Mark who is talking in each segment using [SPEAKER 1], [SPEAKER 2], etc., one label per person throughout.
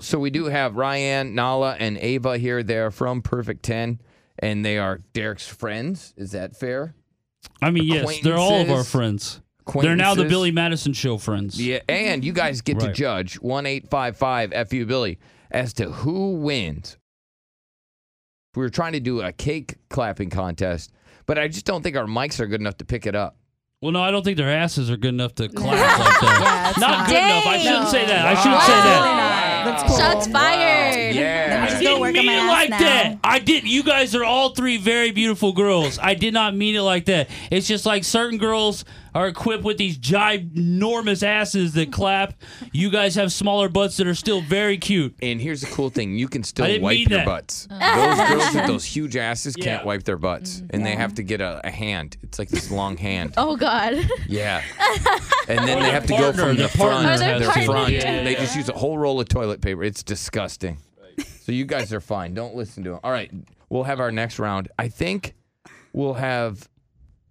[SPEAKER 1] So we do have Ryan, Nala, and Ava here. They're from Perfect Ten, and they are Derek's friends. Is that fair?
[SPEAKER 2] I mean, yes, they're all of our
[SPEAKER 1] Acquaintances?
[SPEAKER 2] friends. They're now the
[SPEAKER 1] Acquaintances?
[SPEAKER 2] Billy Madison Show friends.
[SPEAKER 1] Yeah, and you guys get to
[SPEAKER 2] Right.
[SPEAKER 1] judge one eight five five fu Billy as to who wins. We were trying to do a cake clapping contest, but I just don't think our mics are good enough to pick it up.
[SPEAKER 2] Well, no, I don't think their asses are good enough to clap like that. not, good enough. I shouldn't
[SPEAKER 3] Dang.
[SPEAKER 2] say that. I shouldn't say that.
[SPEAKER 3] Shots fired.
[SPEAKER 1] Yeah.
[SPEAKER 3] Let me
[SPEAKER 2] I
[SPEAKER 3] just go
[SPEAKER 2] didn't
[SPEAKER 3] work
[SPEAKER 2] mean
[SPEAKER 3] on my
[SPEAKER 2] it
[SPEAKER 3] ass
[SPEAKER 2] like
[SPEAKER 3] now.
[SPEAKER 2] that. I did. You guys are all three very beautiful girls. I did not mean it like that. It's just like certain girls are equipped with these ginormous asses that clap. You guys have smaller butts that are still very cute.
[SPEAKER 1] And here's the cool thing: you can
[SPEAKER 2] I
[SPEAKER 1] still
[SPEAKER 2] didn't
[SPEAKER 1] wipe
[SPEAKER 2] mean
[SPEAKER 1] your
[SPEAKER 2] that.
[SPEAKER 1] butts. Those girls with those huge asses
[SPEAKER 2] Yeah.
[SPEAKER 1] can't wipe their butts, and they have to get a, a hand. It's like this long hand.
[SPEAKER 3] Oh God.
[SPEAKER 1] Yeah. And then
[SPEAKER 2] Or
[SPEAKER 1] they
[SPEAKER 2] their
[SPEAKER 1] have to go
[SPEAKER 2] partner,
[SPEAKER 1] from
[SPEAKER 2] their
[SPEAKER 1] the front.
[SPEAKER 2] partner
[SPEAKER 3] has
[SPEAKER 1] their
[SPEAKER 3] to do
[SPEAKER 1] front.
[SPEAKER 3] it. Yeah,
[SPEAKER 1] they
[SPEAKER 2] yeah,
[SPEAKER 1] just use a whole roll of toilet paper. It's disgusting. So you guys are fine. Don't listen to them. All right, we'll have our next round. I think we'll have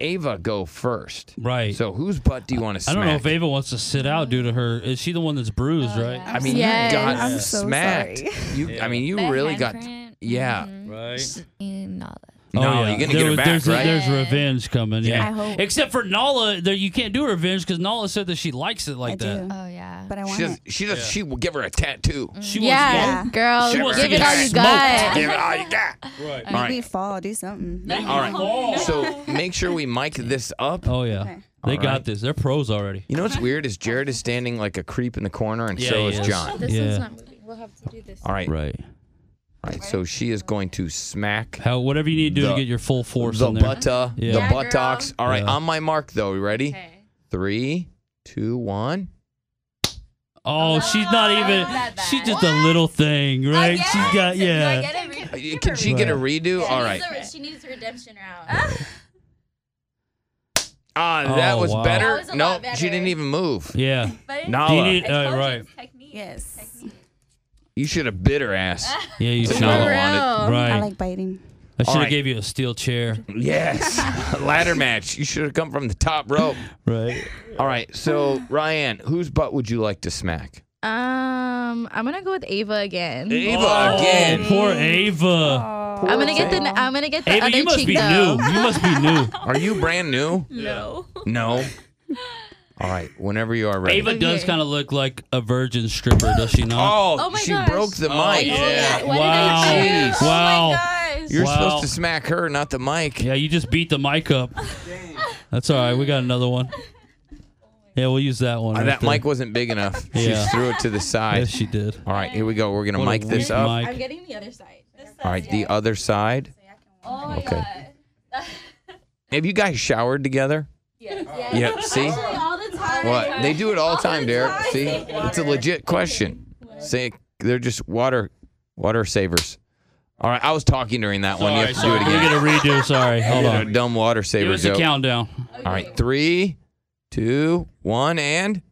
[SPEAKER 1] Ava go first.
[SPEAKER 2] Right.
[SPEAKER 1] So whose butt do you want to
[SPEAKER 2] I
[SPEAKER 1] smack?
[SPEAKER 2] don't know if Ava wants to sit out due to her. Is she the one that's bruised,
[SPEAKER 3] Oh,
[SPEAKER 2] right?
[SPEAKER 1] I mean,
[SPEAKER 3] Yes.
[SPEAKER 1] you got
[SPEAKER 4] I'm so
[SPEAKER 1] smacked.
[SPEAKER 4] sorry.
[SPEAKER 1] You, I mean, you really got. Yeah.
[SPEAKER 2] Mm-hmm. Right.
[SPEAKER 4] And all that.
[SPEAKER 1] No, you're gonna get her
[SPEAKER 2] Oh, was-
[SPEAKER 1] back,
[SPEAKER 2] there's,
[SPEAKER 1] right?
[SPEAKER 2] There's revenge coming. Yeah.
[SPEAKER 4] I hope.
[SPEAKER 2] Except for Nala, there you can't do revenge because Nala said that she likes it like
[SPEAKER 4] I
[SPEAKER 2] that.
[SPEAKER 4] do. Oh yeah.
[SPEAKER 3] But I
[SPEAKER 1] She
[SPEAKER 3] want
[SPEAKER 1] does.
[SPEAKER 3] it.
[SPEAKER 1] She does. She will give her a tattoo.
[SPEAKER 2] She
[SPEAKER 3] Yeah,
[SPEAKER 2] wants
[SPEAKER 3] girl,
[SPEAKER 1] She wants to
[SPEAKER 3] give it
[SPEAKER 1] get
[SPEAKER 3] all you
[SPEAKER 1] smoked.
[SPEAKER 3] got.
[SPEAKER 1] Give it all you got.
[SPEAKER 2] Right.
[SPEAKER 1] All
[SPEAKER 3] Maybe
[SPEAKER 1] right.
[SPEAKER 3] fall, do something.
[SPEAKER 1] All
[SPEAKER 5] Oh,
[SPEAKER 1] right. So make sure we mic this up.
[SPEAKER 2] Oh yeah. They
[SPEAKER 1] All
[SPEAKER 2] got
[SPEAKER 1] right.
[SPEAKER 2] this. They're pros already.
[SPEAKER 1] You know what's weird is Jared is standing like a creep in the corner, and
[SPEAKER 2] Yeah,
[SPEAKER 1] so
[SPEAKER 2] he
[SPEAKER 1] is
[SPEAKER 2] is.
[SPEAKER 1] John.
[SPEAKER 5] This
[SPEAKER 2] Yeah.
[SPEAKER 5] one's not moving. We'll have to do this.
[SPEAKER 1] All right, all
[SPEAKER 2] Right.
[SPEAKER 1] right. So she is going to smack
[SPEAKER 2] How whatever you need to do
[SPEAKER 1] The-
[SPEAKER 2] to get your full force
[SPEAKER 1] the
[SPEAKER 2] in there.
[SPEAKER 1] butta,
[SPEAKER 2] Yeah.
[SPEAKER 1] the
[SPEAKER 2] Yeah,
[SPEAKER 5] girl.
[SPEAKER 1] buttocks. All right,
[SPEAKER 2] Yeah.
[SPEAKER 1] on my mark though. You ready?
[SPEAKER 5] Okay.
[SPEAKER 1] Three, two, one.
[SPEAKER 2] Oh, she's not even. She's just a little thing, right? She's got yeah.
[SPEAKER 1] Uh, Can she get a redo? All right.
[SPEAKER 5] She needs a redemption round.
[SPEAKER 1] Ah, that
[SPEAKER 2] Oh,
[SPEAKER 1] was
[SPEAKER 2] wow.
[SPEAKER 1] better.
[SPEAKER 5] That was a
[SPEAKER 1] no,
[SPEAKER 5] lot
[SPEAKER 1] she
[SPEAKER 5] better.
[SPEAKER 1] didn't even move.
[SPEAKER 2] Yeah.
[SPEAKER 5] But
[SPEAKER 2] Do you
[SPEAKER 1] Nala,
[SPEAKER 2] need, uh, right.
[SPEAKER 5] technique.
[SPEAKER 3] Yes.
[SPEAKER 1] you should have bit her ass.
[SPEAKER 2] Yeah, you should.
[SPEAKER 1] Nala on
[SPEAKER 2] Right.
[SPEAKER 3] I like biting.
[SPEAKER 2] I should
[SPEAKER 1] All
[SPEAKER 2] have
[SPEAKER 1] right.
[SPEAKER 2] gave you a steel chair.
[SPEAKER 1] it. Yes, ladder match. You should have come from the top rope.
[SPEAKER 2] Right.
[SPEAKER 1] All right. So Ryan, whose butt would you like to smack?
[SPEAKER 4] Um, I'm gonna go with Ava again.
[SPEAKER 1] Ava
[SPEAKER 2] Oh,
[SPEAKER 1] again.
[SPEAKER 2] poor Ava.
[SPEAKER 4] I'm gonna get the I'm gonna get the
[SPEAKER 2] Ava,
[SPEAKER 4] other
[SPEAKER 2] you must
[SPEAKER 4] cheek
[SPEAKER 2] be
[SPEAKER 4] though.
[SPEAKER 2] new. You must be new.
[SPEAKER 1] Are you brand new?
[SPEAKER 5] No.
[SPEAKER 1] No. All right. Whenever you are ready.
[SPEAKER 2] Ava does kind of look like a virgin stripper, does she not?
[SPEAKER 1] Oh,
[SPEAKER 4] Oh my
[SPEAKER 1] she
[SPEAKER 4] gosh.
[SPEAKER 1] broke the mic.
[SPEAKER 5] yeah. What did
[SPEAKER 2] Wow.
[SPEAKER 5] I do?
[SPEAKER 1] Jeez.
[SPEAKER 5] Oh
[SPEAKER 2] Wow.
[SPEAKER 5] my gosh.
[SPEAKER 1] You're
[SPEAKER 2] Wow.
[SPEAKER 1] supposed to smack her, not the mic.
[SPEAKER 2] Yeah, you just beat the mic up. That's all right. We got another one. Yeah, we'll use that one.
[SPEAKER 1] Uh,
[SPEAKER 2] right
[SPEAKER 1] that
[SPEAKER 2] there.
[SPEAKER 1] mic wasn't big enough.
[SPEAKER 2] Yeah.
[SPEAKER 1] She threw it to the side.
[SPEAKER 2] Yes, she did.
[SPEAKER 1] All right, here we go. We're gonna
[SPEAKER 2] What a
[SPEAKER 1] mic this
[SPEAKER 2] weak
[SPEAKER 1] up.
[SPEAKER 2] mic.
[SPEAKER 5] I'm getting the other side.
[SPEAKER 1] All right, the other side.
[SPEAKER 5] Oh my
[SPEAKER 1] Okay.
[SPEAKER 5] god.
[SPEAKER 1] Have you guys showered together?
[SPEAKER 5] Yes.
[SPEAKER 1] Yeah. See
[SPEAKER 5] All the time.
[SPEAKER 1] what they do it all the time, Derek. See, it's a legit question. See, they're just water, water savers. All right, I was talking during that one. You have to do it
[SPEAKER 2] We're
[SPEAKER 1] again.
[SPEAKER 2] gonna redo. Sorry, hold
[SPEAKER 1] Did a
[SPEAKER 2] on.
[SPEAKER 1] dumb water
[SPEAKER 2] Give
[SPEAKER 1] saver
[SPEAKER 2] us a
[SPEAKER 1] joke.
[SPEAKER 2] countdown.
[SPEAKER 1] All right, three, two, one, and.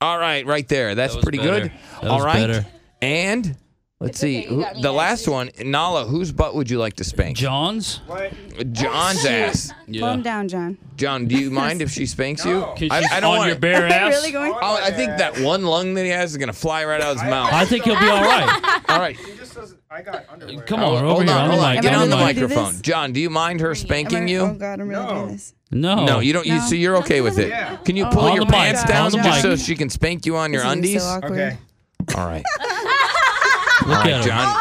[SPEAKER 1] All right, right there. That's
[SPEAKER 2] That was
[SPEAKER 1] pretty good.
[SPEAKER 2] better. That
[SPEAKER 1] All
[SPEAKER 2] was
[SPEAKER 1] right,
[SPEAKER 2] better.
[SPEAKER 1] and let's see
[SPEAKER 5] okay, you
[SPEAKER 1] who-
[SPEAKER 5] got me
[SPEAKER 1] the
[SPEAKER 5] next.
[SPEAKER 1] last one. Nala, whose butt would you like to spank?
[SPEAKER 2] John's.
[SPEAKER 5] Oh,
[SPEAKER 1] John's ass.
[SPEAKER 3] Calm
[SPEAKER 2] Yeah.
[SPEAKER 3] down, John.
[SPEAKER 1] John, do you mind if she spanks you?
[SPEAKER 2] Can
[SPEAKER 1] I,
[SPEAKER 2] she
[SPEAKER 1] I don't
[SPEAKER 2] on
[SPEAKER 1] want
[SPEAKER 2] your bare ass.
[SPEAKER 3] really going?
[SPEAKER 1] Oh, I think that one lung that he has is gonna fly right out of his mouth.
[SPEAKER 2] I think he'll be all right.
[SPEAKER 1] All right,
[SPEAKER 2] Come
[SPEAKER 1] hold
[SPEAKER 2] on, over here
[SPEAKER 1] on,
[SPEAKER 2] on
[SPEAKER 1] hold
[SPEAKER 2] the
[SPEAKER 1] on.
[SPEAKER 2] mic.
[SPEAKER 1] Get
[SPEAKER 3] Am I
[SPEAKER 1] on the
[SPEAKER 3] really gonna do
[SPEAKER 1] microphone.
[SPEAKER 3] this?
[SPEAKER 1] John, do you mind her
[SPEAKER 3] I'm
[SPEAKER 1] spanking
[SPEAKER 3] really- Oh
[SPEAKER 1] you?
[SPEAKER 3] God, I'm really doing this.
[SPEAKER 2] No.
[SPEAKER 1] No, you don't. You
[SPEAKER 3] No.
[SPEAKER 1] so you're okay with it? Can you pull
[SPEAKER 2] Oh. On
[SPEAKER 1] your
[SPEAKER 2] the mic,
[SPEAKER 1] pants
[SPEAKER 3] on
[SPEAKER 1] down
[SPEAKER 3] the
[SPEAKER 1] just
[SPEAKER 3] mic.
[SPEAKER 1] so she can spank you on your
[SPEAKER 3] This is
[SPEAKER 1] undies?
[SPEAKER 3] so awkward.
[SPEAKER 1] All right.
[SPEAKER 2] Look
[SPEAKER 1] All
[SPEAKER 2] at
[SPEAKER 1] right,
[SPEAKER 2] him.
[SPEAKER 1] John.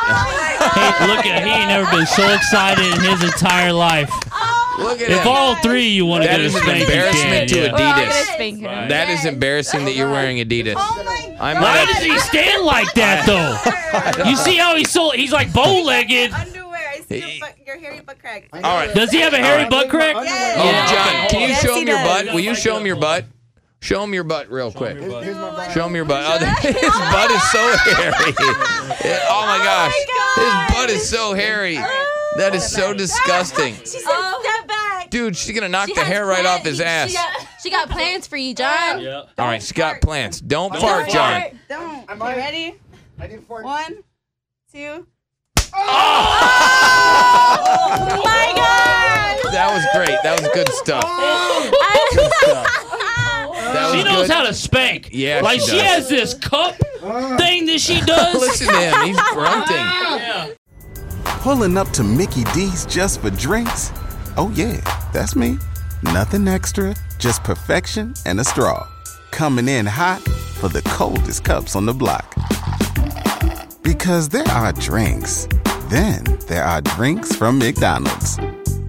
[SPEAKER 2] Hey, look at. He ain't never been so excited in his entire life.
[SPEAKER 1] Look at
[SPEAKER 2] If
[SPEAKER 1] him.
[SPEAKER 2] all three you want to
[SPEAKER 1] That
[SPEAKER 2] get a
[SPEAKER 1] is an
[SPEAKER 2] spank, you can.
[SPEAKER 1] embarrassment to
[SPEAKER 2] yeah.
[SPEAKER 1] Adidas.
[SPEAKER 4] Well, I'm gonna spank her.
[SPEAKER 1] That is embarrassing that you're wearing Adidas. I might
[SPEAKER 2] Why
[SPEAKER 1] have-
[SPEAKER 2] does he stand like that though? You see how he's so he's like bow legged.
[SPEAKER 6] underwear. I see
[SPEAKER 1] Hey.
[SPEAKER 6] your, butt, your hairy butt crack.
[SPEAKER 1] All right.
[SPEAKER 2] Does he have a hairy butt crack?
[SPEAKER 1] Oh, John, can you
[SPEAKER 3] Yes,
[SPEAKER 1] show
[SPEAKER 3] he
[SPEAKER 1] him your
[SPEAKER 3] does.
[SPEAKER 1] butt? Will you show him your butt? Show him your butt real quick.
[SPEAKER 2] your butt.
[SPEAKER 7] Here's my brother.
[SPEAKER 1] Show him your butt. Oh, his butt is so hairy. Yeah, oh my gosh. His butt is so hairy.
[SPEAKER 4] Oh
[SPEAKER 1] That is so disgusting.
[SPEAKER 6] She said, step back.
[SPEAKER 1] Dude, she's going to knock
[SPEAKER 4] She
[SPEAKER 1] Oh. the
[SPEAKER 4] has
[SPEAKER 1] hair right off his
[SPEAKER 4] plans- she
[SPEAKER 1] ass.
[SPEAKER 4] got- She got plans for you, John.
[SPEAKER 2] Yeah.
[SPEAKER 1] All right, she got plans. Don't fart,
[SPEAKER 6] Don't
[SPEAKER 1] John.
[SPEAKER 6] fart. Don't.
[SPEAKER 7] I'm
[SPEAKER 6] You
[SPEAKER 7] on it.
[SPEAKER 6] ready?
[SPEAKER 7] I did four.
[SPEAKER 6] One, two.
[SPEAKER 4] Oh
[SPEAKER 1] That was great. That was good stuff.
[SPEAKER 4] Oh.
[SPEAKER 1] Good stuff. That
[SPEAKER 2] She
[SPEAKER 1] was
[SPEAKER 2] knows
[SPEAKER 1] good.
[SPEAKER 2] how to spank.
[SPEAKER 1] Yeah,
[SPEAKER 2] Like
[SPEAKER 1] she
[SPEAKER 2] she,
[SPEAKER 1] does.
[SPEAKER 2] has this cup thing that she does.
[SPEAKER 1] Listen to him. He's grunting.
[SPEAKER 8] Pulling up to Mickey D's just for drinks? Oh, yeah, that's me. Nothing extra, just perfection and a straw. Coming in hot for the coldest cups on the block. Because there are drinks, then there are drinks from McDonald's.